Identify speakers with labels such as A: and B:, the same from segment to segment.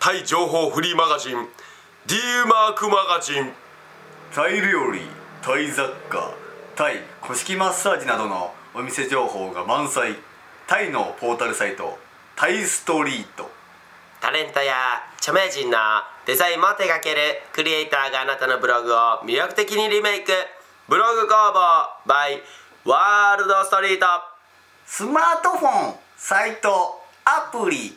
A: タイ情報フリーマガジン D マークマガジン
B: タイ料理タイ雑貨タイ古式マッサージなどのお店情報が満載タイのポータルサイトタイストリート
A: タレントや著名人のデザインも手掛けるクリエイターがあなたのブログを魅力的にリメイクブログ工房 by ワールドストリート
B: スマートフォンサイトアプリ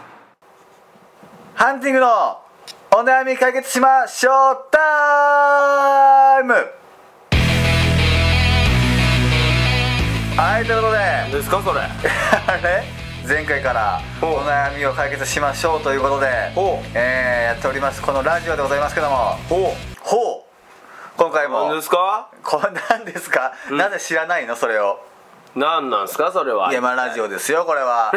B: ハンティングのお悩み解決しましょうタイムはいということで
A: ですかそれ
B: あれ前回から
A: おう
B: お悩みを解決しましょうということで
A: おう、
B: えーやっておりますこのラジオでございますけども
A: お
B: ほう今回も
A: 何ですか
B: こなんですか、なぜ知らないのそれを
A: 何なんですかそれはい
B: やまあラジオですよこれ は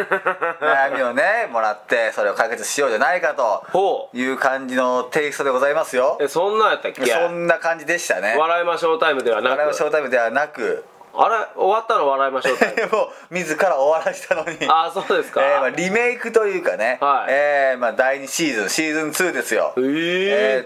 B: 悩みをねもらってそれを解決しようじゃないか
A: ほ
B: という感じのテイストでございますよ
A: えそんなんやったっけ
B: そんな感じでしたね
A: 笑いましょうタイムではなく
B: 笑いはショータイムではなく
A: あれ終わったの笑いましょうタイム
B: もう自ら終わらせたのに
A: ああそうですか、
B: えーまあ、リメイクというかね、
A: はい
B: えーまあ、第2シーズンシーズン2ですよ、
A: え
B: え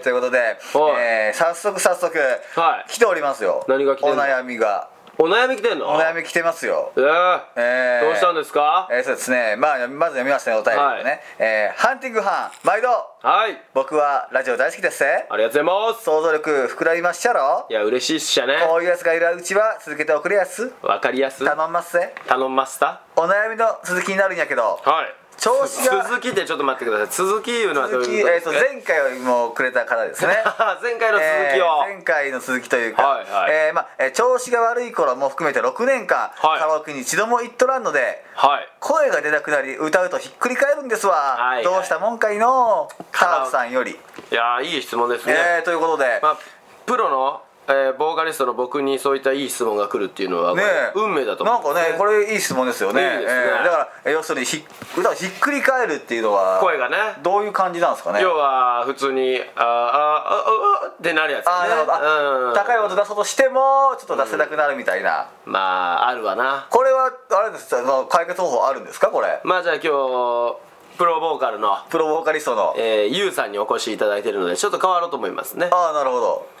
B: ー
A: ー
B: ということで、えー早速早速、
A: はい
B: 来ておりますよ
A: 何が来てんの
B: お悩みが
A: お悩み来てんの
B: お悩み来てますよ、
A: えー
B: えー
A: どうしたんですか
B: えーそうですね、まあ、まず読みますねお便りをね、
A: はい
B: えーハンティング班毎度
A: はい
B: 僕はラジオ大好きですぜ
A: ありがとうございます
B: 想像力膨らみまっしゃろ
A: いや嬉しいっしゃね
B: こういうやつがいるうちは続けておくれやす
A: わかりやす
B: 頼んますぜ
A: 頼んました
B: お悩みの続きになるんやけど
A: はい
B: 調子が
A: 続きってちょっと待ってください続きいうのはどう
B: 続き、
A: いうこ
B: え
A: とで
B: ー、と
A: すか
B: 前回もくれた方ですね
A: 前回の 続きを
B: えー前回の続きというか、
A: はいはい
B: えーまあえー調子が悪い頃も含めて6年間、
A: はい
B: カラオケに一度も行っとらんので
A: はい
B: 声が出なくなり歌うとひっくり返るんですわ、
A: いはい
B: どうしたもんかいのカーブさんより、
A: いやーいい質問ですね、
B: えーということで、
A: まあプロの、えーボーカリストの僕にそういったいい質問が来るっていうのは、こ
B: ね
A: れ
B: え
A: 運命だと思う
B: なんかねこれいい質問ですよね
A: いいですね
B: えーだからえー要するにひ歌をひっくり返るっていうのは
A: 声がね
B: どういう感じなんですかね
A: 要は普通に「あーあーあーあーってなるやつ、ね、
B: あーなるほどあ
A: うん
B: 高い音出そうとしてもちょっと出せなくなるみたいな、
A: まああるわな
B: これはあれですかその解決方法あるんですかこれ
A: まあじゃあ今日プロボーカルの、
B: プロボーカリストの
A: えー、ゆうさんにお越しいただいてるのでちょっと変わろうと思いますね
B: ああなるほど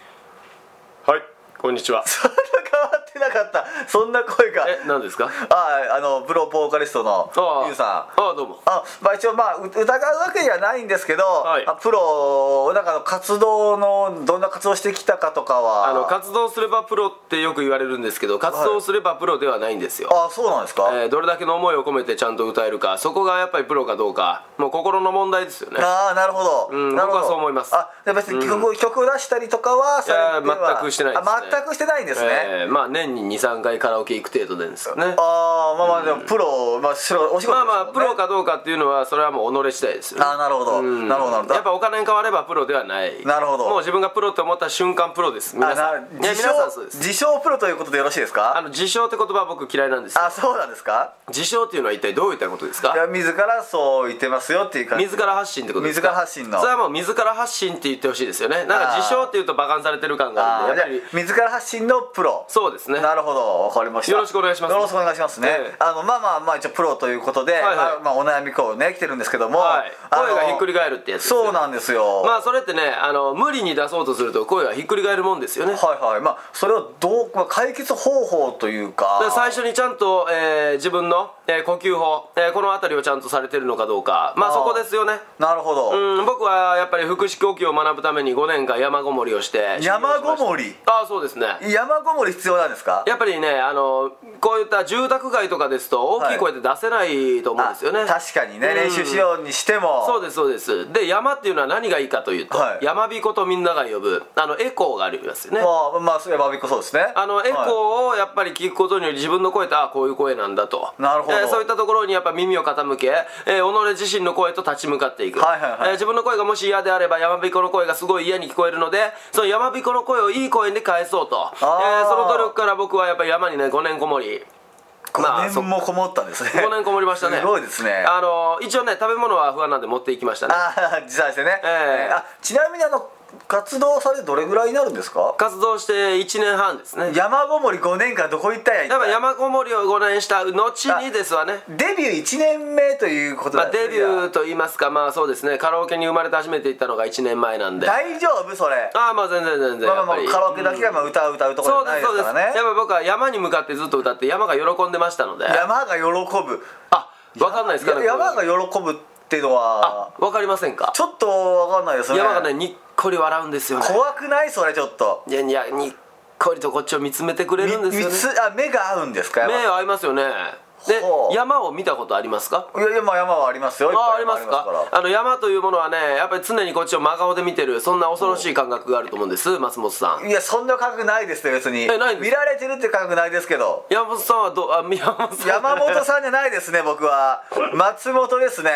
A: はいこんにちは
B: そんな変わってなかったそんな声が
A: え何ですか
B: あああのプロボーカリストの
A: あー
B: ゆうさん
A: あーどうも
B: あまあ、一応まあう疑うわけじゃないんですけど、
A: はい
B: あプロなんかの活動のどんな活動してきたかとかは
A: あの活動すればプロってよく言われるんですけど活動すればプロではないんですよ、
B: あそうなんですか、
A: えーどれだけの思いを込めてちゃんと歌えるかそこがやっぱりプロかどうかもう心の問題ですよね
B: ああなるほど、
A: うん
B: なるほど
A: 僕はそう思います
B: あじゃあ別に曲,、曲を出したりとかはされてはい
A: や全くしてないですね
B: あ全くしてないんですね、
A: えーまあ年に23回カラオケ行く程度でですよね
B: ああまあまあでもプロ、まあしろお仕事ですもん
A: まあ
B: ね
A: まあプロかどうかっていうのはそれはもう己次第ですよね
B: あーなるほど
A: うん
B: なるほどなるほど
A: やっぱお金に変わればプロではない
B: なるほど
A: もう自分がプロと思った瞬間プロです皆さ
B: あなん
A: いや
B: 自
A: 皆さんそ
B: 称
A: うです
B: 自称プロということでよろしいです
A: あ
B: か
A: の自称って言葉は僕嫌いなんですよ
B: あそうなんですか
A: 自称っていうのは一体どういったことです
B: いや
A: か
B: 自らそう言ってますよっていう感じ
A: 自ら発信ってことですか
B: 自ら発信の
A: それはもう自ら発信って言ってほしいですよねなんか自称っていうと馬鹿にされてる感が
B: あ
A: あ
B: ー
A: るん
B: じ
A: で
B: ゃ
A: やっぱり
B: あ自ら発信のプロ
A: そうですね
B: なるほどわかりました
A: よろしくお願いします
B: よろしくお願いしますね、
A: ええ
B: あのまあまあまあ一応プロということで、
A: いはい
B: まあまあ、お悩みこうね来てるんですけども、
A: はい、
B: あの
A: 声がひっくり返るってやつですね
B: そうなんですよ、
A: まあそれってねあの無理に出そうとすると声がひっくり返るもんですよねだか
B: はいはいまあそれをどう、まあ、解決方法というから
A: 最初にちゃんと、えー自分の、ええー呼吸法、えーこの辺りをちゃんとされてるのかどうかまあ
B: あー
A: そこですよね
B: なるほど、
A: うん僕はやっぱり腹式呼吸を学ぶために5年間山ごもりをして
B: 山ごも
A: り
B: り
A: ああそうですね
B: 山ごもり必要なんですか
A: やっぱりねあのこういった住宅街とかですと大きい声で出せないと思うんですよね、
B: あ確かにね、
A: うん
B: 練習しようにしても
A: そうですそうですで山っていうのは何がいいかというと、
B: はい
A: 山彦とみんなが呼ぶあのエコーがありますよね
B: まあまあそれはバビっこそうですね
A: あのエ
B: はい
A: コーをやっぱり聞くことにより自分の声ってああこういう声なんだと
B: なるほど
A: えーそういったところにやっぱ耳を傾け、えー己自身の声と立ち向かっていく、
B: はいはいはい
A: えー自分の声がもし嫌であれば山彦の声がすごい嫌に聞こえるのでその山彦の声をいい声に返そうと、えーその努力から僕はやっぱり山にね5年こもりまあ
B: 5年もこもったんですね
A: 5年こもりましたね
B: すごいですね
A: あの一応ね食べ物は不安なんで持っていきましたね
B: あー持参してね、
A: ええ
B: あちなみにあの活動されてどれぐらいになるんですか
A: 活動して1年半ですね
B: 山ごもり5年間どこ行ったんや
A: やっぱ山ごもりを5年した後にですわね
B: デビュー1年目ということ
A: ま
B: な
A: あ、
B: んです
A: デ
B: ね
A: ビューと言いますかまあそうですねカラオケに生まれて初めて行ったのが1年前なん
B: じ
A: で
B: ゃ
A: あ
B: あ大丈夫それ
A: あまあ全然全然
B: まあま
A: や
B: あ
A: っ
B: まあカ
A: ぱり、
B: ラオケだけがまあ歌を歌うとこ
A: そ
B: ろ
A: う
B: じゃない
A: です
B: で
A: そうですす
B: か
A: や
B: ら
A: っ
B: ね
A: ぱ僕は山に向かってずっと歌って山が喜んでましたので
B: 山が喜ぶ
A: あわかんないですかね
B: や山
A: こ
B: が喜ぶっていうの
A: れあ
B: は
A: わかりませんか
B: ちょっとわかんないですね
A: 山がねにっこり笑うんですよね
B: 怖くないそれちょっと
A: いやいやにっこりとこっちを見つめてくれ
B: み
A: るんですよ
B: み
A: ね
B: つあ目が合うんですか
A: 目
B: 山
A: 合いますよねで
B: ほう
A: 山を見たことありますか
B: いやいやまあ山はありますよいっ
A: あ
B: ぱ
A: あ
B: い
A: ります
B: 山ありま
A: か
B: すか
A: あの山というものはねやっぱり常にこっちを真顔で見てるそんな恐ろしい感覚があると思うんです松本さん
B: らいやそんな感覚ないですね別に
A: えないんです
B: 見られてるって感覚ないですけど
A: 山本さんはどうあ山本さん
B: 山本さんじゃないですね僕は松本ですね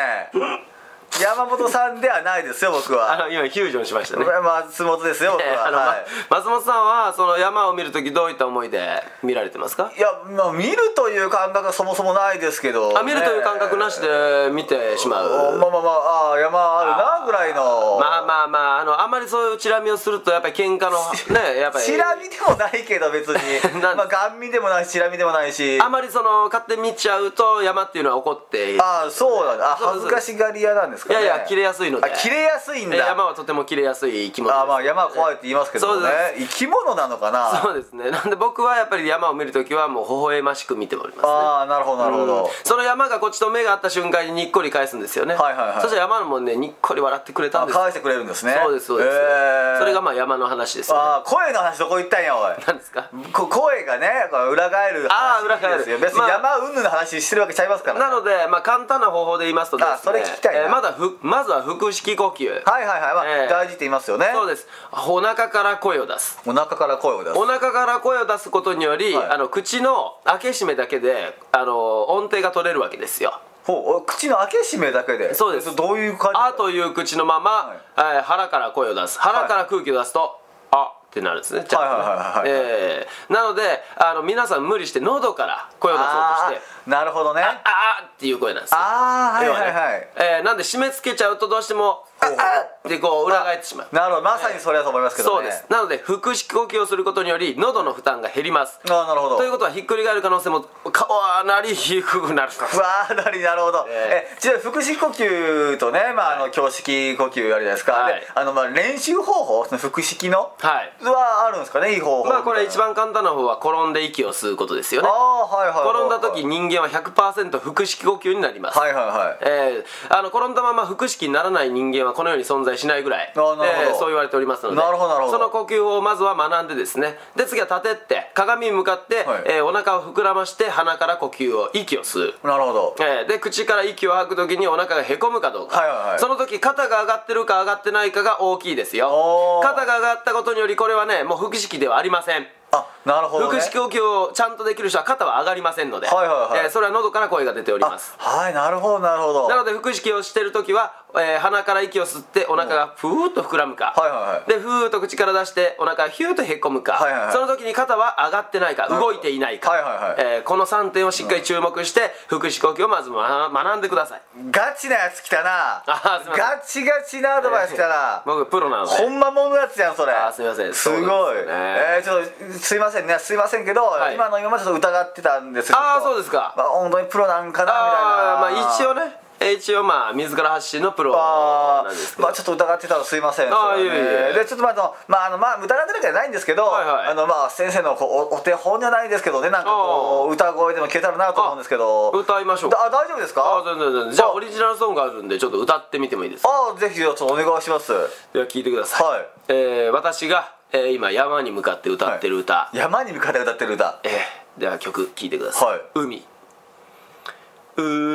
B: 山本さんではないですよ僕
A: あ
B: は
A: の今フュージョンしましたね
B: 松本ですよ僕
A: え ーあ
B: は、
A: のま
B: はい
A: 松本さんはその山を見るときどういった思いで見られてますか
B: いや、まあ、見るという感覚はそもそもないですけど、
A: あ見るという感覚なしで見てしま
B: ま
A: う
B: あまあまああー山あるなぐらいの
A: まあまあまああのあんまりそういうチラ見をするとやっぱり喧嘩の ねやっぱり
B: チラ見でもないけど別に
A: なん
B: まあ顔見でもないしチラ見でもないし
A: あんまりその勝手に見ちゃうと山っていうのは怒ってい
B: ああそうなんだあ
A: そう
B: 恥
A: そう
B: ずかしがり屋なんですかね
A: いやいや切れやすいので
B: あ切れやすいんだ
A: え山はとても切れやすい生き物です
B: あーまあ山は怖いって言いますけどもね
A: そう
B: 生き物なのかな
A: そうですねなんで僕はやっぱり山を見るときはもう微笑ましく見ておりますね
B: ああなるほどなるほど、
A: うんその山がこっちと目が合った瞬間ににっこり返すんですよね
B: はいはいはい
A: そしたら山のもんねにっこり笑ってくれたん
B: あ
A: ですよ
B: 返してくれるんですね
A: そうですそうです、
B: えー
A: それがまあ山の話ですよ、ね、
B: あー声の話どこ行ったんやおい
A: 何ですか
B: こ声がねこう裏返る
A: あ
B: 話
A: ー裏返る
B: ですよ別に
A: まあ
B: 山云々の話してるわけちゃいますから、ね
A: なので、まあ、簡単な方法で言いますとですね
B: あそれ聞きたいな
A: えーまだふまずは腹式呼吸、
B: はいはいはい、まあ
A: ええ
B: 大事って言いますよね
A: そうですお腹から声を出す
B: お腹から声を出す
A: お腹から声を出すことにより、
B: はい
A: あの口の開け閉めだけであの音程が取れるわけですよ
B: ほうお口の開け閉めだけで
A: そうです
B: どういう感じ
A: あという口のまま、えー腹から声を出す腹から空気を出すと、あってなるんですねちゃんとね
B: はいはいはいはい
A: えーなのであの皆さん無理して喉から声を出そうとして
B: あーなるほどね
A: ああっていう声なんですよ
B: あーはいはい
A: 要
B: は
A: ね
B: い
A: えーなんで締め付けちゃうとどうしてもあ
B: ほう
A: あってこう裏返ってしまう
B: なるほどまさにそれだと思いますけど
A: そう
B: ね
A: ですなので腹式呼吸をすることにより喉の負担が減ります
B: ああなるほど
A: ということはひっくり返る可能性もかなり低くなる
B: ふわーなりなるほど、
A: え
B: えちなみに腹式呼吸とね、まあ、あの胸式呼吸あるじゃないですか、
A: はい
B: であのまあ練習方法その腹式の、
A: はい
B: はあるんですかねいい方法みた
A: ま
B: い
A: あ
B: な
A: これ一番簡単な方は転んで息を吸うことですよ
B: あ
A: ね
B: あはいはいはい
A: 転んだ時人間は100%腹式呼吸になります、
B: はいはいはい
A: えーあの転んだまま腹式にならない人間はこの世に存在しないぐらい
B: あーなるほど
A: えーそう言われておりますので
B: なるほどなるほど
A: その呼吸法をまずは学んでですねで次は立てって鏡に向かって、
B: はい
A: えーお腹を膨らまして鼻から呼吸を息を吸う
B: なるほど
A: えーで口から息を吐く時にお腹がへこむかどうか、
B: はいはいはい
A: その時肩が上がってるか上がってないかが大きいですよ
B: おー
A: 肩が上がったことによりこれはねもう腹式ではありません
B: あなるほど、ね、
A: 腹式呼吸をちゃんとできる人は肩は上がりませんので、
B: はいはいはい
A: えーそれは喉から声が出ております
B: あはいなるほどなるほど
A: なので腹式をしてる時は、えー鼻から息を吸ってお腹がふーっと膨らむか、
B: はいはいはい
A: でふーっと口から出してお腹がヒューッとへこむか、
B: はいはいはい
A: その時に肩は上がってないか
B: るほど
A: 動いていないか、
B: はいはい
A: えーこの3点をしっかり注目して腹式呼吸をまずま学んでください
B: ガチなやつ来たな
A: あーすいませ ん
B: ガチガチなアドバイス来たな、
A: 僕プロなので
B: ほんまもんのやつやんそれ
A: あーすいません
B: すごい
A: そうなんですよね
B: えー、ちょっとすいませんねすいませんけど、
A: い
B: 今の今までちょっと疑ってたんです
A: あーそうですすか
B: まあ、本当にプロなんかなみたいな
A: あーまあ一応ねえー一応まあ自ら発信のプロ
B: あ
A: なんです
B: ー
A: けど
B: まあちょっと疑ってたらすいません
A: あー
B: それはい
A: えいえ
B: でちょっとまああのまああのまあ疑ってるわけじゃないんですけど、
A: はいはい
B: あのまあ先生のこうおお手本じゃないですけどねなんかこう歌声でも聞けたらなと思うんですけど
A: あ歌いましょう
B: だあ大丈夫ですか
A: あ全然全然じゃあ
B: あ
A: オリジナルソングあるんでちょっと歌ってみてもいいですか
B: あーぜひちょっとお願いします
A: では聞いてください、
B: はい
A: えー私が、えー今山に向かって歌ってる歌、
B: 山に向かって歌ってる歌
A: えーでは曲聴いてください、
B: はい
A: 海海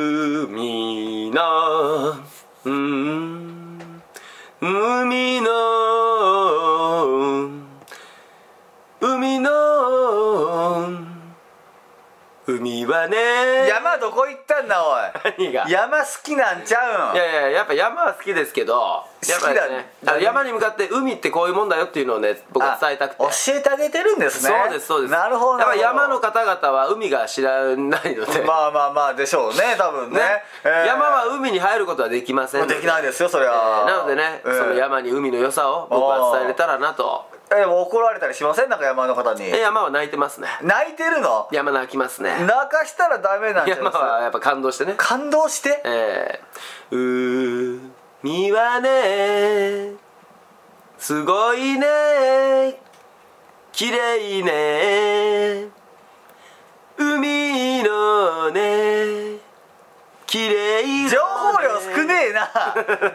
A: なうん海の海の海はね
B: 山どこ行ったんだお
A: 何が
B: い山好きなんちゃうん
A: いやいややっぱ山は好きですけど好
B: きだね
A: 山に向かって海ってこういうもんだよっていうのをね僕は伝えたくて
B: あ教えてあげてるんですね
A: そうですそうです
B: なるほど
A: や
B: な
A: っ
B: るほ
A: ぱ
B: ど
A: 山の方々は海が知らないので、
B: まあまあまあでしょうね多分ね
A: ね
B: えー
A: 山は海に入ることはできませんの
B: できないですよそれ
A: え
B: は、
A: ーなのでね、
B: えー
A: その山に海の良さを僕は伝えれたらなと
B: えでも怒られたりしませんなんか山の方に
A: え山は泣いてますね
B: 泣いてるの
A: 山泣きますね
B: 泣かしたらダメなんじゃない
A: 山
B: です
A: は
B: か
A: やっぱ感動してね
B: 感動して
A: えー、海はねすごいね綺麗ね海のね綺麗
B: 情報量少
A: え
B: ねえ な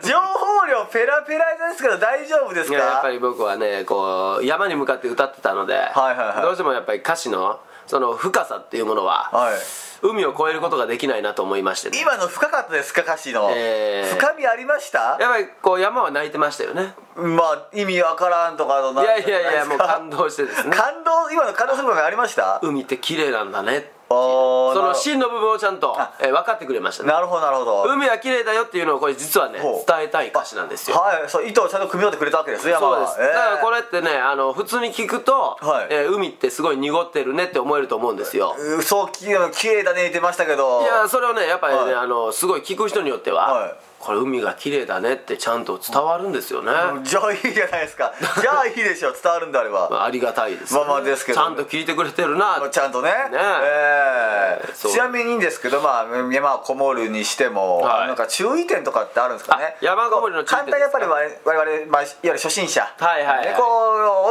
B: 情報量ペラペラですけど大丈夫です
A: いややっ
B: か
A: ぱり僕はねこう山に向かって歌ってたので、
B: いはいはい
A: どうしてもやっぱり歌詞のその深さっていうものは、
B: はい
A: 海を越えることができないなと思いましてね
B: 今の深かったですか歌詞の、
A: えー
B: 深みありました
A: やっぱりこう山は泣いてましたよね
B: まあ意味わからんとかの
A: い
B: なん
A: やいやいや
B: なん
A: もう
B: ですか
A: 感動してですね
B: 感動今の感動する部分ありました
A: 海って綺麗なんだね
B: おー
A: そ
B: な
A: の
B: る
A: 真の部分をちゃんと、えー分かってくれましたね
B: なるほどなるほど
A: 海は綺麗だよっていうのをこれ実はね
B: ほう
A: 伝えたい歌詞なんですよ
B: はいそう糸をちゃんと組み立ててくれたわけですね山
A: そう
B: は
A: です、
B: えー
A: だからこれってねあの普通に聞くと、
B: はい
A: えー海ってすごい濁ってるねって思えると思うんですよ、
B: うそうき綺麗だね言ってましたけど
A: いやそれをねやっぱりね、
B: はい
A: あのすごい聞く人によっては、
B: はい
A: これ海が綺麗だねってちゃんと伝わるんですよね、
B: じゃあいいじゃないです かじゃあいいでしょ伝わるんであれば
A: まあ、ありがたいですよね、
B: まあまあですけど
A: ちゃんと聞いてくれてるな
B: ちゃんとねええ
A: そう
B: ちなみにですけどまあ山をこもるにしても、
A: はい
B: なんか注意点とかってあるんですかね
A: あ山こもりの注意
B: 簡
A: 点
B: 単にやっぱり我々我々、まあ、いわゆる初心者
A: はいはいはい
B: ねこ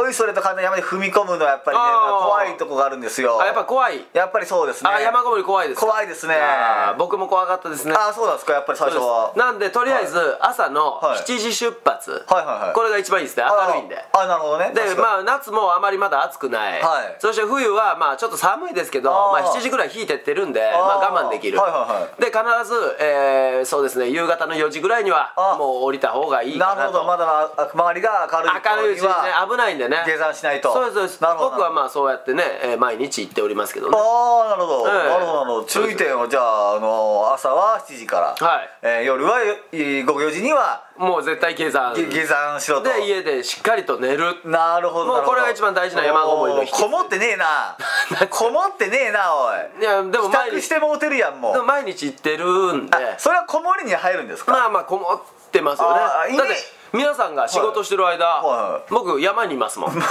B: うおいそれと簡単に山に踏み込むのはやっぱりね
A: あー
B: 怖いとこがあるんですよ
A: あやっぱ怖い
B: やっぱりそうですね
A: あ山ごもり怖いですか
B: 怖いですね
A: あ
B: あ
A: ー僕も怖かったですね
B: あそうなんですかやっぱり最初
A: そう
B: は
A: ですなんでとりあえず朝の
B: はい
A: 7時出発、
B: はいはいはい
A: これが一番いいですね
B: あー
A: 明るいんで
B: あなるほどね
A: で
B: 確かに
A: まあ夏もあまりまだ暑くない、
B: はい
A: そして冬はまあちょっと寒いですけど
B: あー
A: まあ、7時ぐらい引いてってるんでまあ、我慢できる、
B: はいはいはい
A: で必ず、えーそうですね夕方の4時ぐらいには
B: あー
A: もう降りた方がいい
B: な
A: かな
B: るほ
A: と
B: どまだまあ周りが明るいとこ
A: 明
B: ろ
A: るいう
B: に
A: ちにね
B: は
A: 危ないんでね
B: 下山しないと
A: そうですそうです
B: なるほど
A: 僕はまあそうやってね、えー毎日行っておりますけどね
B: ああなるほど、
A: ええ
B: なるほどなるほど注意点をじゃあ、あの朝は7時から、
A: はい
B: えー夜はえー午後4時には
A: もう絶対下山
B: げ下山しろと
A: で家でしっかりと寝る
B: なるほど
A: もう
B: なるほど
A: これが一番大事な山ごもりの秘訣
B: おーこもってねえ なこもってねえなおい
A: いやで
B: 帰
A: も毎
B: 宅
A: 日
B: してもうてるやんもう
A: でも毎日行ってるんで
B: あそれはこもりに入るんですか、
A: まあまあこもってますよ
B: あーいい
A: ね
B: ね
A: だって皆さんが仕事してる間、
B: はいはい
A: 僕山にいますもん で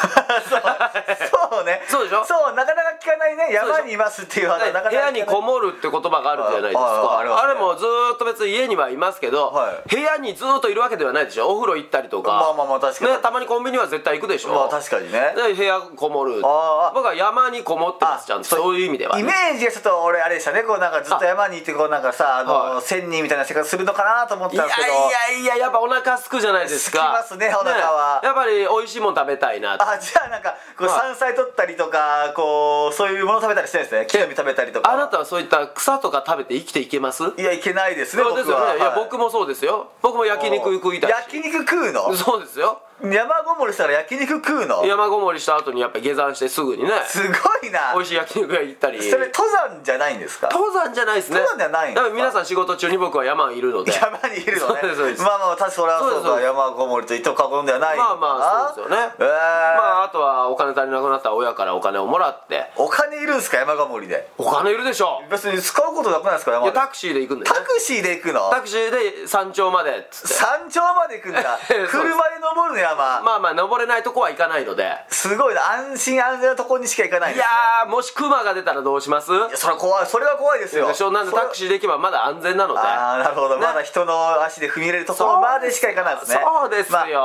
B: そうね
A: そうでしょ
B: そうなかなか聞かないね山にいますっていう話なかなか
A: 部屋にこ
B: も
A: もるって言葉があるじゃないです
B: ああ
A: かあ
B: りますね
A: れもずーっと別に家にはいますけど、
B: はい
A: 部屋にずーっといるわけではないでしょお風呂行ったりとか
B: まあまあまあ確かに
A: ね、たまにコンビニは絶対行くでしょ、
B: まあ確かにね
A: で部屋こもる僕
B: ああ
A: は山にこもってますちゃんと
B: そう
A: そういう意味では
B: イメージがちょっと俺あれでしたねこうなんかずっと山にいてこうなんかさあ
A: は
B: の
A: い
B: 仙人みたいな生活するのかなと思っ
A: い
B: て
A: や
B: た
A: い
B: んですけど
A: やいややっぱお腹すくじゃないですか
B: すきますねお腹は
A: やっぱり美味しいもん食べたいなって
B: あじゃあなんかこう
A: はい
B: 山菜取ったりとかこうそういうもの食べたりしてないですね木の実食べたりとか
A: あなたはそういった草とか食べて生きていけますそう
B: いやいけないですね僕は
A: ですよねいや
B: はい
A: 僕もそうですよ僕も焼肉食いたい
B: 焼肉食うの
A: そうですよ
B: 山ごもりしたら焼肉食うの
A: 山ごもりした後にやっぱ下山してすぐにね
B: すごいな
A: 美味しい焼肉屋行ったり
B: それ登山じゃないんですか
A: 登山じゃないですね
B: 登山ではないんです
A: だ
B: か
A: から皆さん仕事中に僕は山にいるので
B: 山にいるのね
A: そうですそうです
B: まあまあ確かにそれは
A: そ
B: そううか
A: ですそうです
B: 山ごもりと一等過言ではないのか
A: まあ
B: な
A: まあそうですよね、
B: えー
A: まああとはお金足りなくなったら親からお金をもらって
B: お金いるんすか山ごもりで
A: お金いるでしょ
B: 別に使うことなくないですか山
A: い
B: で
A: やタクシーで行くんで、ね、
B: タクシーで行くの
A: タクシーで山頂までっつって
B: 山頂まで行くんだ
A: ええそうです
B: 車で登るのやば
A: まあまあ登れないとこは行かないのでい
B: すごいな安心安全なとこにしか行かないですね
A: やーもしクマが出たらどうします
B: いやそれは怖いそれは怖いですよ
A: でしょなんでタク
B: ー
A: シーで行けばまだ安全なので
B: ああなるほど、
A: ね
B: まだ人の足で踏み入れるところまでしか行かないですね
A: そうですよ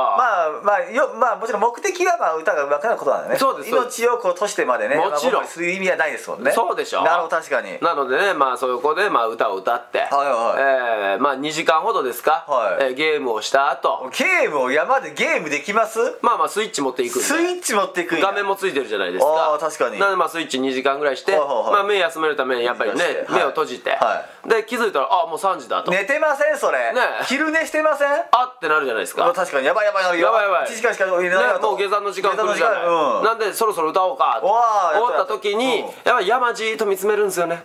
B: まあまあ、まあよまあ、もちろん目的はまあ歌が上手くなることなんでね
A: そうですそうで
B: 命をこうとしてまでね
A: もちろん
B: まあ僕にする意味はないですもんね
A: そうでしょ
B: なるほど確かに
A: なのでねまあそこでまあ歌を歌って、
B: はい
A: えーまあ2時間ほどですか、
B: はい
A: えーゲームをした後
B: ゲームを山でゲームできます
A: まあまあスイッチ持っていくんで
B: スイッチ持っていくんや
A: 画面もついてるじゃないです
B: あ
A: か
B: ー確かに
A: なのでまあスイッチ2時間ぐらいして、
B: はいはいはい
A: まあ、目休めるためにやっぱりね
B: 目閉じて
A: 目を閉じて、
B: は
A: で気づいたらあもう3時だと、
B: 寝てませんそれ、
A: ね
B: 昼寝してません
A: あってなるじゃないですか
B: もう確かにやばいやばいやばい
A: やばいやばい
B: 1時間しか入れないよ
A: ね
B: と
A: もう下山の時間来るじゃ
B: 下
A: な
B: 山
A: い、
B: の時間うん
A: なんでそろそろ歌おうかと
B: わー
A: 思った時に
B: やっ
A: やっぱり山じーっと見つめるんですよね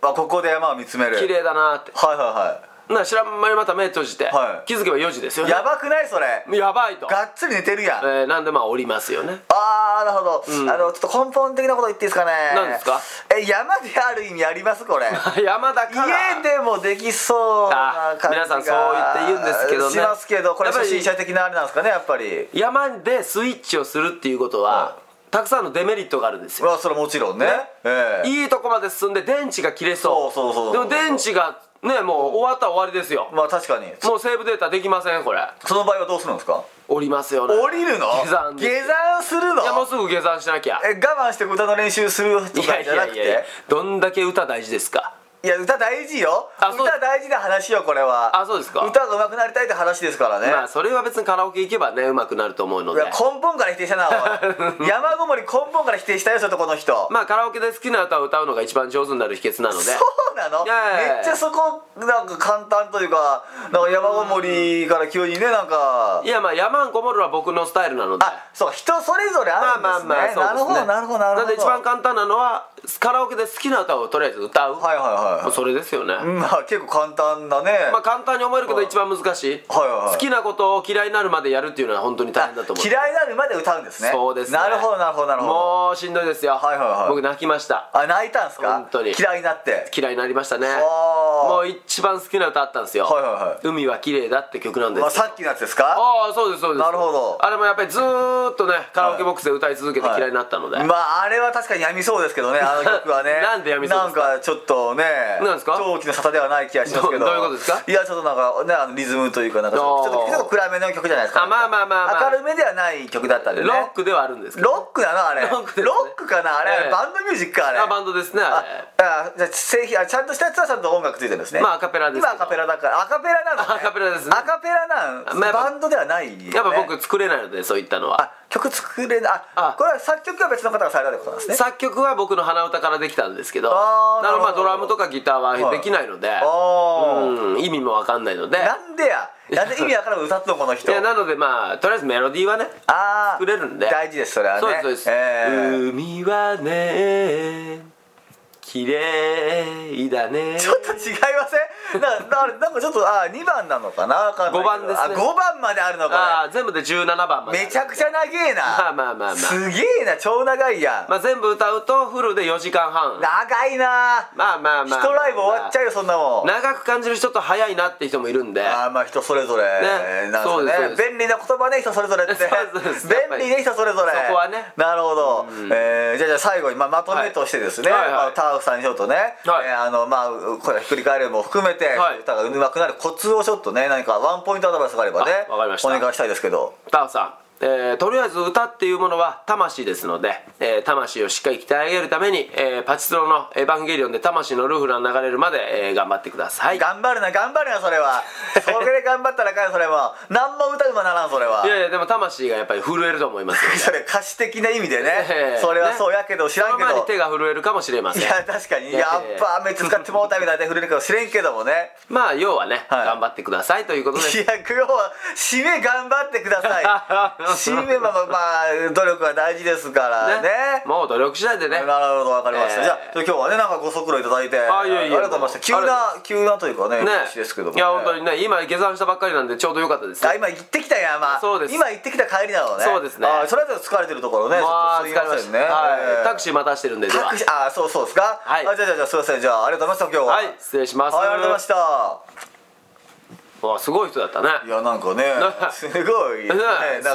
B: まあここで山を見つめる
A: 綺麗だなって
B: はいは
A: な知らん間にまた目閉じて、
B: はい
A: 気づけば4時です
B: い
A: よ
B: はい
A: ね
B: やばくないそれ
A: やばいと、
B: がっつり寝てるやん、
A: えーなんでまあ降りますよね
B: あーなるほど、
A: うん
B: あのちょっと根本的なこと言っていいですかね
A: 何ですか
B: え山である意味ありますこ れ
A: 山だから
B: 家でもできそうな感じが
A: あ皆さんそう言って言うんですけどね
B: しますけどこれ
A: やっぱり
B: 初心者的なあれなんですかねやっぱり
A: 山でスイッチをするっていうことは、
B: は
A: たくさんのデメリットがあるんですよ
B: まあそれはもちろんねええ
A: いいとこまで進んで電池が切れそう
B: そうそうそうそう
A: でも電池がねもう終わったら終わりですよ
B: まあ確かに
A: もうセーブデータできませんこれ
B: その場合はどうするんですか
A: 降りますよね
B: 降りるの
A: 下山です
B: 下山するの
A: いやもうすぐ下山しなきゃ
B: え我慢して歌の練習すると
A: いや
B: か
A: い
B: じゃな
A: や
B: く
A: い
B: てい
A: や
B: や
A: いやどんだけ歌大事ですか
B: 歌大事よ
A: あそう
B: 歌大事な話よこれは
A: あそうですか
B: 歌が上手くなりたいって話ですからね、
A: まあそれは別にカラオケ行けばねうまくなると思うの
B: い
A: で
B: や根本から否定したな おい山ごもり根本から否定したよそとこの人、
A: まあカラオケで好きな歌を歌うのが一番上手になる秘訣なので
B: そうなの
A: いやいやいや
B: めっちゃそこなんか簡単というかなんか山ごもりから急にねなんか
A: いやまあ山んこもるは僕のスタイルなので
B: あそう人それぞれ
A: ま
B: あ
A: あ
B: るんで
A: まあ
B: すね,、
A: まあ
B: なる
A: そう
B: ほ
A: で
B: ど
A: すね
B: なるほどなるほど
A: なんで一番簡単なのはカラオケで好きな歌をとりあえず歌う、
B: はいはい
A: も
B: は
A: うそれですよね、
B: いうんまあ結構簡単だね、
A: まあ簡単に思えるけど一番難しい、
B: はいはいはい
A: 好きなことを嫌いになるまでやるっていうのは本当に大変だと思う
B: 嫌いになるまで歌うんですね
A: そうですね
B: なるほどなるほどなるほど
A: もうしんどいですよ、
B: はいはいはい
A: 僕泣きました
B: あ泣いたんすか
A: 本当に
B: 嫌いになって
A: 嫌いになりましたね
B: あー
A: もう一番好きな歌あったんですよ「
B: はいはいはい
A: 海は綺麗だ」って曲なんです
B: ま
A: よ
B: あ、さっきのやつですか
A: ああそうですそうです
B: なるほど
A: あれもやっぱりずーっとねカラオケボックスで歌い続けて嫌いになったので、
B: まああれは確かにやみそうですけどね あの曲はね
A: なんでやみそうですか
B: なんかちょっとね
A: なんですか
B: 長期の沙汰ではない気がしますけど
A: どどういうことですか
B: いやちょっとなんかねあのリズムというかなんかちょっと
A: あー
B: ちょっと暗めの曲じゃないですか
A: あまあまあまあま
B: 明
A: あ
B: るめではない曲だったんでね
A: ロックではあるんですけど
B: ロックなのあれ
A: ロックですね
B: ロックかなあれ、
A: ええ
B: バンドミュージックかあれ
A: あバンドですねあれ
B: あじゃあ製品あちゃんとしたやつはちゃんと音楽ついてるんですね
A: まあアカペラですけど
B: 今アカペラだからアカペラなの、ね、
A: アカペラですね
B: アカペラなん、
A: まあやっぱ
B: バンドではないよね、
A: やっぱ僕作れないのでそういったのは
B: あ曲作れなあ
A: あ
B: これは作曲は別の方がされたってことなんですね
A: 作曲は僕の鼻歌からできたんですけど
B: あー
A: なので
B: な
A: まあ
B: る
A: ド
B: ほど
A: ラムとかギターはできないので、
B: あー
A: うん、意味もわかんないので
B: なんでやなんで意味わからん歌っとんこの
A: い
B: 人
A: やなのでまあとりあえずメロディーはね
B: あー
A: 作れるんで
B: 大事ですそれはね
A: そうですそうです、
B: えー
A: 海はね綺麗だね
B: ちょっと違いませんななあれなんかちょっとあ2番なのかなわかんないけど
A: 五番ですね
B: あ5番まであるの
A: あ
B: か
A: あ全部で17番まで
B: めちゃくちゃ長えな
A: まあまあまあまあ
B: すげえな超長いやん、
A: まあ、全部歌うとフルで4時間半
B: 長いな
A: まあまあまあまあ
B: 一ライブ終わっちゃうよそんなもん
A: 長く感じる人と早いなって人もいるんで
B: あーまあ人それぞれなんです
A: そう
B: ね
A: ですそうです
B: 便利な言葉ね人それぞれって
A: そうですそうです
B: 便利ね人それぞれ
A: そこはね
B: なるほど、えーじゃあじゃあ最後に、まあ、まとめとしてですね、
A: はいはいはい
B: まあ、ターフさんにちょっとね、
A: はい
B: えーあのまあこれはひっくり返るも含めて、
A: はい
B: 歌がうまくなるコツをちょっとね何かワンポイントアドバイスがあればね
A: あわかりました
B: お願いしたいですけど
A: タオさん、えーとりあえず歌っていうものは魂ですので、えー魂をしっかり鍛え上げるために、えーパチスロの「エヴァンゲリオン」で魂のルフラン流れるまで、えー頑張ってください
B: 頑張るな頑張るなそれはそれで頑張ったらあかんよそれも何も歌うまならんそれはい
A: やいやでも魂がやっぱり震えると思いますよ
B: それ歌詞的な意味でね、
A: え え
B: それは
A: ね
B: そうやけど知
A: そ
B: ら
A: の
B: んけ
A: 前に
B: ど
A: 手が震えるかもしれませ
B: い
A: ん
B: や確かに
A: ええ
B: やっぱ雨使ってもうたみたいで触れるかもしれんけどもね
A: まあ要はね、
B: はい
A: 頑張ってくださいということで
B: いや今日は締め頑張ってくだ さい締めはまあまあ努力は大事ですからね
A: もう努力次第でね
B: なるほどわかりました、
A: ええ
B: じゃあ今日はねなんかご足労いただいて
A: あいえいえ
B: ありがとうございました急
A: ありが
B: な急なというかね
A: ね
B: 話ですけども、
A: い
B: ね、
A: や本当にね今下山したばっかりなんでちょうどよかったです
B: あ
A: ね
B: 今行ってきた山
A: そうです
B: 今行ってきた帰りなのね
A: そうですね
B: あそれぞれ疲れてるところね
A: まあ
B: ち
A: 疲
B: ょ
A: れ
B: っとすいま
A: ま
B: せ
A: し
B: ん
A: た
B: ね、
A: はいタク
B: シ
A: シー待たしてるんでで
B: ー
A: は
B: タクシーあそうそうですか
A: はい
B: あじゃあじゃあじゃあすいませんじゃあありがとうございました今日は
A: はい失礼します
B: はいありがとうございました
A: わあすごい人だったね
B: いやなんかねすごいね
A: ね
B: な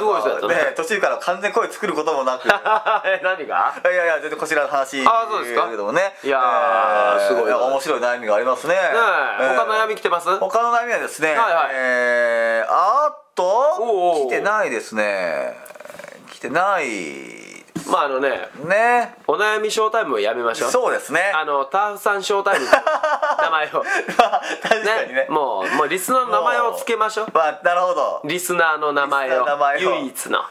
B: んか
A: すごい人だったね
B: 途中から完全声作ることも なくい
A: え何が
B: やいや全然こちらの話
A: あそうですか
B: けどもね
A: いやーすごいな
B: なんか面白い悩みがありますねね
A: ねえ他悩み来てます
B: 他の悩みはですね、
A: はいはい
B: えー、あーっと
A: おうおう
B: 来てないですね来てないね
A: まああのねお悩みショータイムをやめましょう
B: そうですね
A: あのターフさんショー タイムの名前を
B: まあ 確かにね
A: もうもうリスナーの名前をつけましょう
B: まあなるほど
A: リスナーの名前
B: リスナーの名前を
A: を唯一の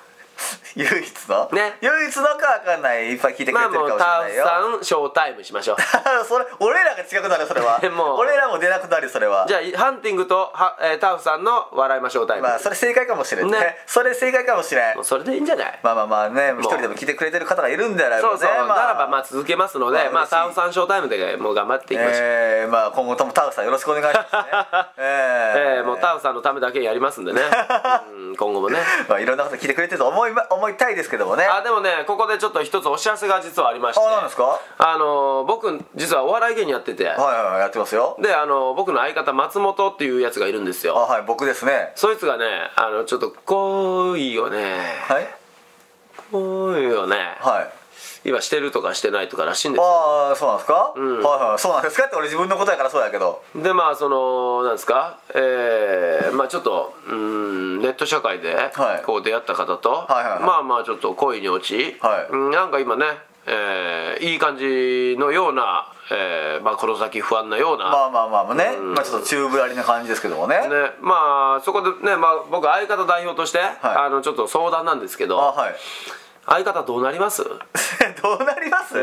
B: 唯一の
A: ね
B: 唯一のかわかんないいっぱい聞いてく
A: ま
B: れ
A: あ
B: てる
A: も
B: かもし
A: う
B: れな
A: タ
B: い
A: ー
B: よ、
A: フさんショータイムしましょう
B: それ俺らが違くなるそれは
A: もう
B: 俺らも出なくなるそれは
A: じゃあハンティングとは、えーターフさんの笑いましょうタイム、
B: まあそれ正解かもしれない、
A: ね
B: それ正解かもしれない
A: もうそれでいいんじゃない
B: まあまあまあね
A: う
B: 一人でも聞いてくれてる方がいるんであれば
A: そ
B: ね
A: うそう、
B: まあ
A: ならばまあ続けますので、
B: まあ
A: まあ、
B: 嬉しい
A: ターフさんショータイムでもう頑張っていきましょう、
B: えー、まあ今後ともタウさんよろしくお願いし ますねえ
A: えーもうタウさんのためだけやります んでね、うん、今後もね
B: まあいろんなこと聞いてくれてると思いま思いたいですけどもね
A: あでもねここでちょっと一つお知らせが実はありまして
B: あなんですか
A: あのー僕実はお笑い芸人やってて、
B: はいはいはいやってますよ
A: であのー僕の相方松本っていうやつがいるんです
B: あ
A: よ
B: はい僕ですね
A: そいつがねあのちょっと恋をね
B: はい
A: 恋をね、
B: はい
A: 今してるとかしてないとからしいんですよ
B: ああそうなんですか、
A: ん
B: はいはいそうなんですかって俺自分のことやからそうやけど
A: でまあそのなんですかえー、まあちょっとうーんネット社会で
B: はい
A: こう出会った方と、
B: はいはいはい
A: まあまあちょっと恋に落ち、
B: はい
A: うんなんか今ね、えーいい感じのような、えーまあ、この先不安なような、
B: まあまあまあまあね、まあちょっと中ぶらりな感じですけどもね
A: ね、まあそこでね、まあ、僕相方代表として、あのちょっと相談なんですけ
B: あ
A: ど
B: はい
A: 相方どうなりま す、
B: どうなります、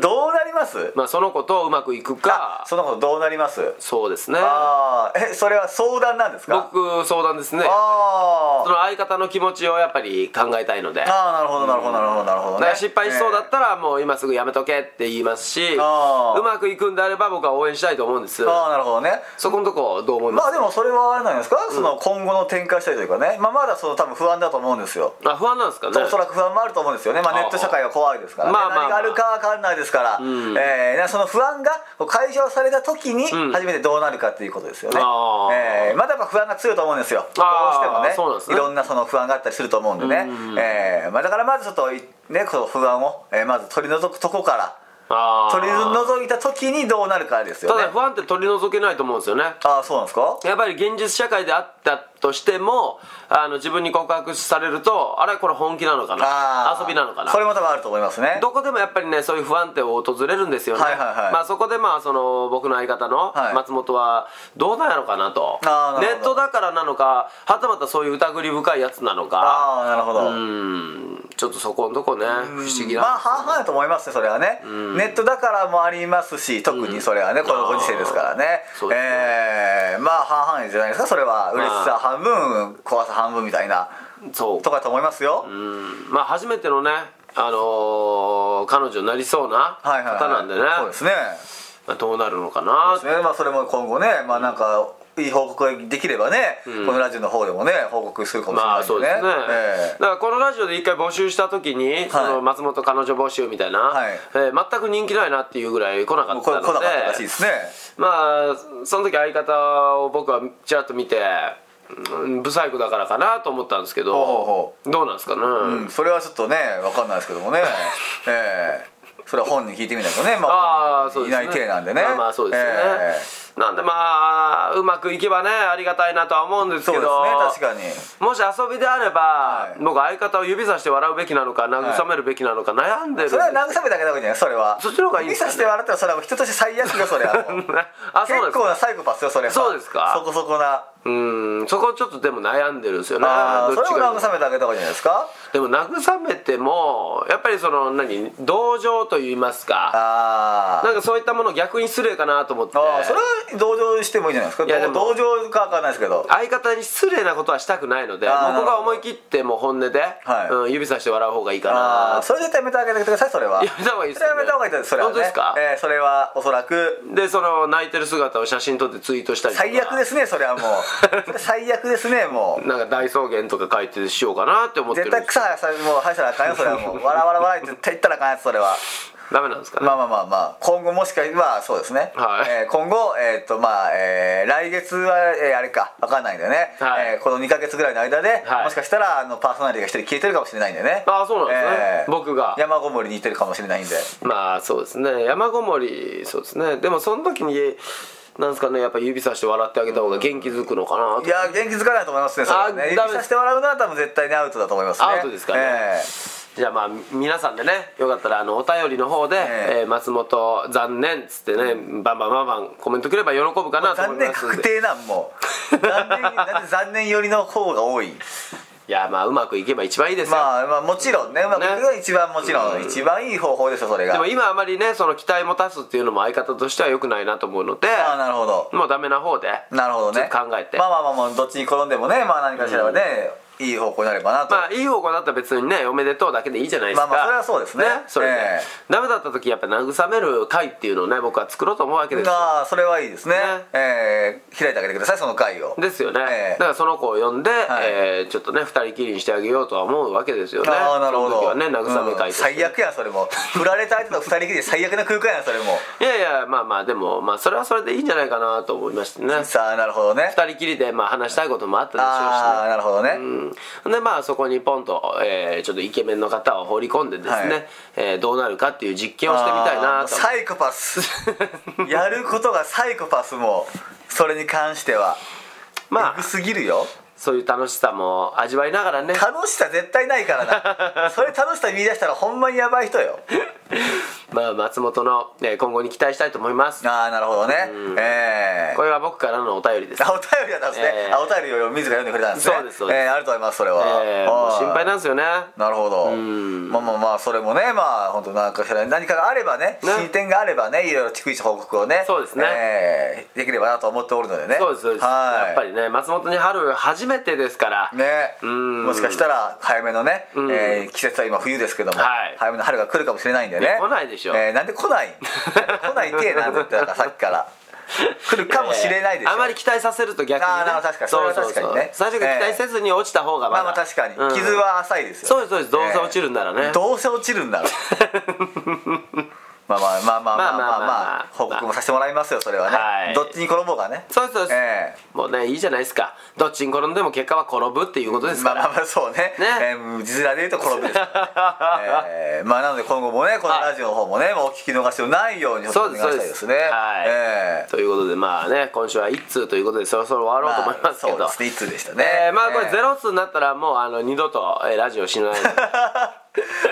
B: どうなります
A: まあ、その子とうまくいく
B: あ
A: か
B: そのことどうなります
A: そうですね
B: ああえそれは相談なんですか
A: 僕相談ですね
B: あ
A: そ
B: ー
A: の相方の気持ちをやっぱり考えたいので
B: あーなるほどなるほどなるほどなるほど
A: だか
B: ね
A: ら失敗しそうだったらもう今すぐやめとけって言いますしう
B: あー
A: まくいくんであれば僕は応援したいと思うんです
B: えーああなるほどね
A: そこのとこどう思いま
B: ますあでもそれはあれなんですか、その今後の展開したりというかね、まあ、まだその多分不安だと思うんですよ
A: あ不安なんですかね
B: おそらく不安もあると思うんですよね、まあ、
A: ああ
B: ネット社会は怖いですから、ね
A: まあまあまあ
B: 何があるかわかんないですから、
A: ん
B: えーその不安が解消された時に
A: ん
B: 初めてどうなるかっていうことですよね、
A: ああ
B: えーまだやっぱ不安が強いと思うんですよどう
A: ああ
B: してもね
A: そうなんですね
B: いろんなその不安があったりすると思うんでね、
A: うん
B: えーまあ、だからまずちょっといねこの不安を、えーまず取り除くとこから
A: あー
B: 取り除いた時にどうなるかです
A: た
B: よ
A: だ
B: ね
A: 不安って取り除けないと思うんですよね
B: ああそうなんですか
A: やっぱり現実社会であったとしてもあの自分に告白されるとあれこれ本気なのか
B: あ
A: な
B: あ
A: 遊びなのかな
B: それも多分あると思いますね
A: どこでもやっぱりねそういう不安定を訪れるんですよね、
B: はいはいはい
A: まあ、そこでまあその僕の相方の
B: はい
A: 松本はどうなんやろかなと
B: あーなるほど
A: ネットだからなのかはたまたそういう疑り深いやつなのか
B: ああなるほど、
A: うんちょっとそこのとこね不思議な、
B: まあ半々だと思いますねそれはね、ネットだからもありますし特にそれはね、このご時世ですからね
A: そうですね
B: えーまあ半々じゃないですかそれは嬉しさ半分怖さ半分みたいな
A: そう
B: とかと思いますよ、
A: うんまあ初めてのねあのー彼女になりそうな
B: はいはいはい
A: 方なんでね、
B: そうですね
A: まあどうなるのかな
B: そうですねまあそれも今後ねまあなんかいい報告ができればね、このラジオの方でもね報告するかもしれ
A: ま
B: な
A: あ
B: い
A: そ
B: ん
A: う
B: で
A: です
B: ね
A: ね、だ
B: ええ
A: からこのラジオで一回募集した時に、その松本彼女募集みたいな、
B: はい
A: えー全く人気ないなっていうぐらい来なか
B: もう
A: っ
B: こ
A: た
B: れ来
A: ので
B: なかったらしいですね
A: まあその時相方を僕はちらっと見て、うん、不細工だからかなと思ったんですけど
B: ほうほうほう
A: どうなんですかね、
B: うん、それはちょっとね分かんないですけども ねええそれは本人聞いてみないとね、ま
A: ああそう
B: い
A: で
B: な
A: すね
B: い体なんでね
A: まあまあそうですよね、
B: え
A: なんでまあうまくいけばねありがたいなとは思うんです
B: そう
A: け
B: で
A: ど
B: すね確かに
A: もし遊びであれば、
B: い
A: 僕相方を指さして笑うべきなのか慰めるべきなのか悩んでるんで
B: それは慰めてあげたわけじゃないそれは
A: そっちの方がいいんで
B: 指
A: す
B: さ
A: かね
B: して笑ったらそれは人として最悪よそれ は
A: あそう
B: 結
A: なんですか
B: 構なサイコパスよそれは
A: そうですか
B: そこそこな
A: うーんそこちょっとでも悩んでるんですよね
B: あー
A: ど
B: そ
A: っ
B: れ
A: ち
B: を
A: がいい
B: 慰めてあげたわけじゃないですか
A: でも慰めてもやっぱりその何同情と言いますか
B: あー
A: なんかそういったもの逆に失礼かなと思って
B: あーそれは同情してもいいじゃないですか
A: いやでも
B: 同情かわかんないですけど
A: 相方に失礼なことはしたくないので
B: あー
A: 僕が思い切ってもう本音で、
B: い
A: うん、指さして笑う方がいいか
B: あ
A: な
B: ーそれ絶対やめてあげてくださいそれは
A: やめた方がいいです
B: それは
A: よね
B: やめた方がいいですそれはね
A: 本当ですか
B: えーそれはおそらく
A: でその泣いてる姿を写真撮ってツイートしたりとか
B: 最悪ですねそれはもう それ最悪ですねもう
A: なんか大草原とか書いてしようかなって思ってる
B: 絶対草生やさもう生やしたらあかんよそれはもうわらわらわらって絶対言ったらあかんやつそれは
A: ダメなんですかね、
B: まあまあまあまあ今後もしかまあそうですね、
A: はい
B: えー今後えっ、とまあ、えー来月は、えーあれかわかんないんだよね、
A: はい
B: えーこの2か月ぐらいの間で、
A: はい
B: もしかしたらあのパーソナリティが1人消えてるかもしれないんだよね
A: あーそうなんですね僕が
B: 山ごもりに行ってるかもしれないんで
A: まあそうですね山ごもりそうですねでもその時になんですかねやっぱ指さして笑ってあげた方が元気づくのかなと
B: いや元気づかないと思いますねそれはね
A: あー
B: 指
A: ダメです
B: さしてもらうのは多分絶対にアウトだと思いますね
A: アウトですかね
B: え
A: じゃあまあ皆さんでねよかったらあのお便りの方で「
B: ええ
A: えー松本残念」っつってねバンバンバンバンコメントくれば喜ぶか
B: ー
A: なと思
B: 残
A: い
B: 念
A: ますん
B: 確
A: で
B: 定なんもう残念なんで残念寄りの方が 多い
A: いやまあうまくいけば一番いいですよ、
B: まあまあもちろんねうまくいくのが一番もちろん、
A: うん
B: 一番いい方法ですよそれが
A: でも今あまりねその期待も出すっていうのも相方としては良くないなと思うので
B: ああなるほど
A: もうダメな方で
B: なるほどね
A: ちょっと考えて
B: まあまあまあまあどっちに転んでもねまあ何かしらはね、いい方向になればなと、
A: まあいい方向だったら別にねおめでとうだけでいいじゃないですか
B: まあまあそれはそうですね
A: それで、
B: ええ
A: ダメだった時やっぱ慰める会っていうのをね僕は作ろうと思うわけですよ
B: まあそれはいいですね
A: ね
B: えー開いてあげてくださいその回を
A: ですよね、
B: ええ
A: だからその子を呼んで、
B: い
A: えーちょっとね二人きりにしてあげようとは思うわけですよね
B: ああなるほど
A: その時はね慰め
B: う
A: 会
B: ん
A: として
B: 最悪やんそれも振られた相手と二人きりで最悪な空間やんそれも
A: いやいやまあまあでもまあそれはそれでいいんじゃないかなと思いましてね
B: さあなるほどね
A: 二人きりでまあ話したいこともあったでしょうしね
B: ああなるほどね、
A: うん、でまあそこにポンと、えーちょっとイケメンの方を放り込んでですね、
B: はい
A: えーどうなるかっていう実験をしてみたいな
B: あー
A: と
B: サイコパ スやることがサイコパスもそれに関しては
A: ま
B: エグ
A: あ
B: すぎるよ
A: そういう楽しさも味わいながらね
B: 楽しさ絶対ないから なそれ楽しさ見出したらほんまにヤバい人よ
A: まあ松本の、えー今後に期待したいと思います
B: ああなるほどねええ
A: これは僕からのお便りです
B: あお便りだったんですね、
A: えー
B: あお便りを自ら読んでくれたんですね
A: そうですそうです
B: えーありがとうございますそれは、
A: えーもう
B: はい
A: 心配なんですよね
B: なるほど
A: ん
B: まあまあまあそれもねまあ本当なんかしら何かがあればね
A: ね
B: 進展があればねいろいろ逐一報告をね
A: そうですね
B: えーできればなと思っておるのでね
A: そうですそうです
B: はい
A: やっぱりね松本に春初めてですから、
B: ね
A: うん
B: もしかしたら早めのね、
A: ん
B: えー季節は今冬ですけども、
A: はい
B: 早めの春が来るかもしれないんで
A: い
B: ね
A: や来ないでしょ
B: えーなんで来ない 来ないってなずってだからさっきから来るかもしれないでしょ、
A: えーあまり期待させると逆に、ね、
B: あーなるほど確かにそれは確かにね
A: そうそうそう最初から期待せずに落ちた方
B: ま
A: がまだ
B: あまあ確かに、
A: うん
B: 傷は浅いですよ
A: そうですそうですどうせ落ちるんならね
B: えーどうせ落ちるんだ ろまあまあまあまあまあまあまあ、
A: まあまあまあまあ
B: 報告もさせてもらいますよそれはね、
A: はい
B: どっちに転ぼうがね
A: そうですそうです、
B: ええ
A: もうねいいじゃないですかどっちに転んでも結果は転ぶっていうことです
B: ま
A: か
B: あ
A: ら、
B: まあまあそうね
A: ね
B: えー字面で言うと転ぶです からね、えーまあなので今後もねこのラジオの方もね、もうお聞き逃しのないようにお
A: そう
B: 願い
A: で
B: したい
A: すそうで
B: ですすね
A: はい
B: えー
A: ということでまあね今週は一通ということでそろそろ終わろうと思いますけど、
B: まあそうですね一通でしたね
A: えーまあこ
B: え
A: れ
B: え
A: ゼロ通になったらもうあの二度と、えーラジオしない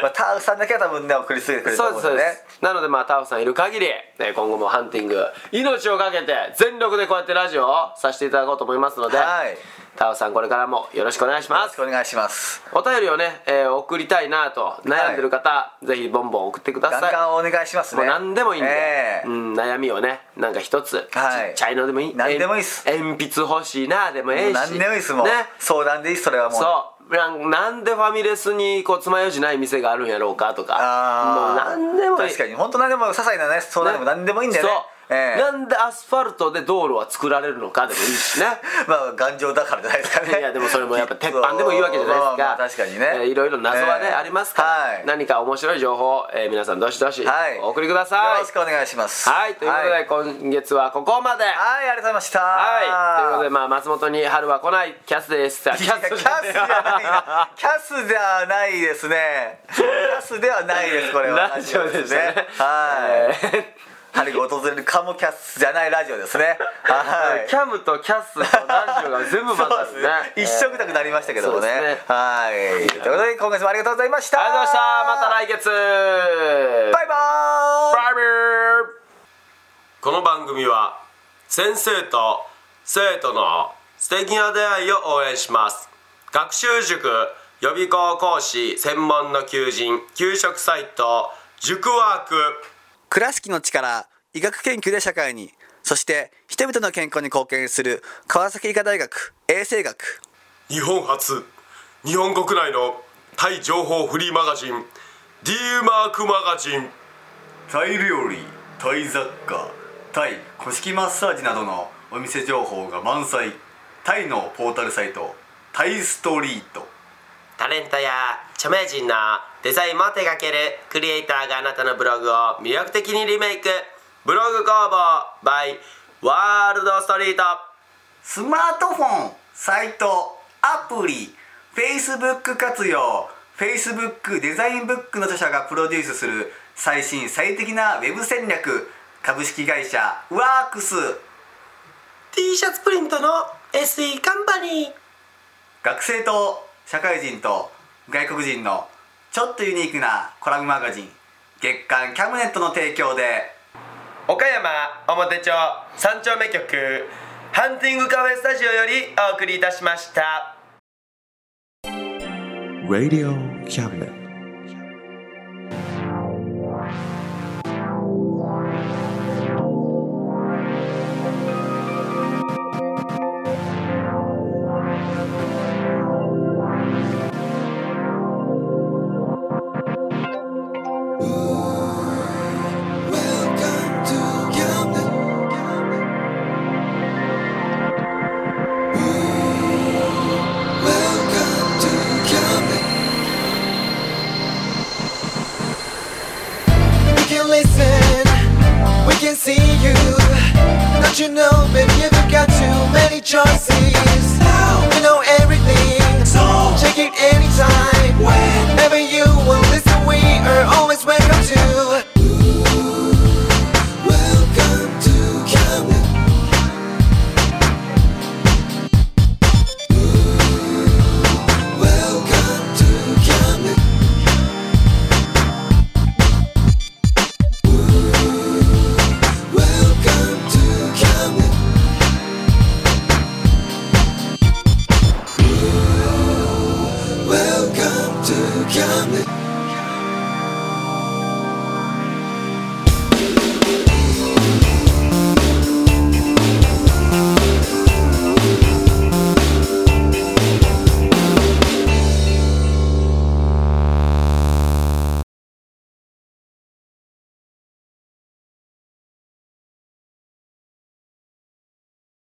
B: まあターフさんだけは多分ね送り続けてくれると
A: そう
B: 思
A: で
B: う
A: す
B: んで
A: そう
B: ね
A: ですなのでまあタオさんいる限り、えー今後もハンティング命をかけて全力でこうやってラジオをさせていただこうと思いますので、
B: はい
A: タオさんこれからもよろしくお願いし
B: よ
A: ま
B: ろし
A: す
B: くお願いします
A: お便りをね、えー送りたいなと悩んでる方、ぜひボンボン送ってくださ
B: ガ
A: い
B: ンガンお願いします
A: も
B: ね
A: う何でもいいんで、
B: ええ
A: うん、悩みをねなんか一つ、
B: はい
A: ちっちゃいのでもいい
B: 何でもいいっす
A: えん鉛筆欲しいなでもええ
B: もう
A: し
B: 何でもいいですもう、
A: ね
B: 相談でいいですそれはもう
A: そうなんなんでファミレスにこう爪楊枝ない店があるんやろうかとか
B: あー
A: もう何でもいい
B: 確かに本当何でも些細なね相談でも何でもいいんだよね
A: そう、
B: ええ
A: なんでアスファルトで道路は作られるのかでもいい しね
B: まあ頑丈だからじゃないですかね
A: いやでもそれもやっぱ鉄板でもいいわけじゃないで
B: まあ
A: すか、
B: まあまあ確かにね、
A: えーいろいろ謎はね、
B: ええ
A: ありますから、
B: はい、
A: 何か面白い情報を、えー皆さんどしどし
B: はい、
A: お送りください、
B: よろしくお願いします
A: はいということで、
B: はい、
A: 今月はここまで
B: はいありがとうございました
A: はい、ということで、
B: で
A: まあ、松本に春は来ないキャスです。キャス
B: キャスじゃないなキャスではないですねキャスではないですこれは
A: ラジオですね。
B: はい、
A: い。
B: 春が訪れるかもキャスじゃないラジオですねはい
A: キャムとキャスとラジオが全部混ざるんですね。
B: そうですね一色たくなりましたけどもね
A: そうですね
B: はいということで今月もありがとうございました
A: ありがとうございました。また来月。バ
B: バイバーイ
A: イバイ。
C: この番組は先生と生徒の素敵な出会いを応援します学習塾予備校講師専門の求人給食サイト塾ワーク
D: 倉敷の力医学研究で社会にそして人々の健康に貢献する川崎医科大学衛生学
C: 日本初日本国内のタイ情報フリーマガジン D マークマガジン
B: タイ料理タイ雑貨タイ古式マッサージなどのお店情報が満載タイのポータルサイトタイストリート
C: タレントや著名人の
A: デザインも手掛けるクリエイターがあなたのブログを魅力的にリメイクブログ工房 by ワールドストリート
D: スマートフォン、サイト、アプリ、Facebook 活用、Facebook デザインブックの著者がプロデュースする最新最適なウェブ戦略、株式会社ワークス
A: T シャツプリントの SE カンパニー
D: 学生と社会人と外国人のちょっとユニークなコラムマガジン月刊キャムネットの提供で
A: 岡山表町三丁目局ハンティングカフェスタジオよりお送りいたしました。
E: Radio Cabinet.
F: We can listen, we can see you. Don't you know, baby, you've got too many choices.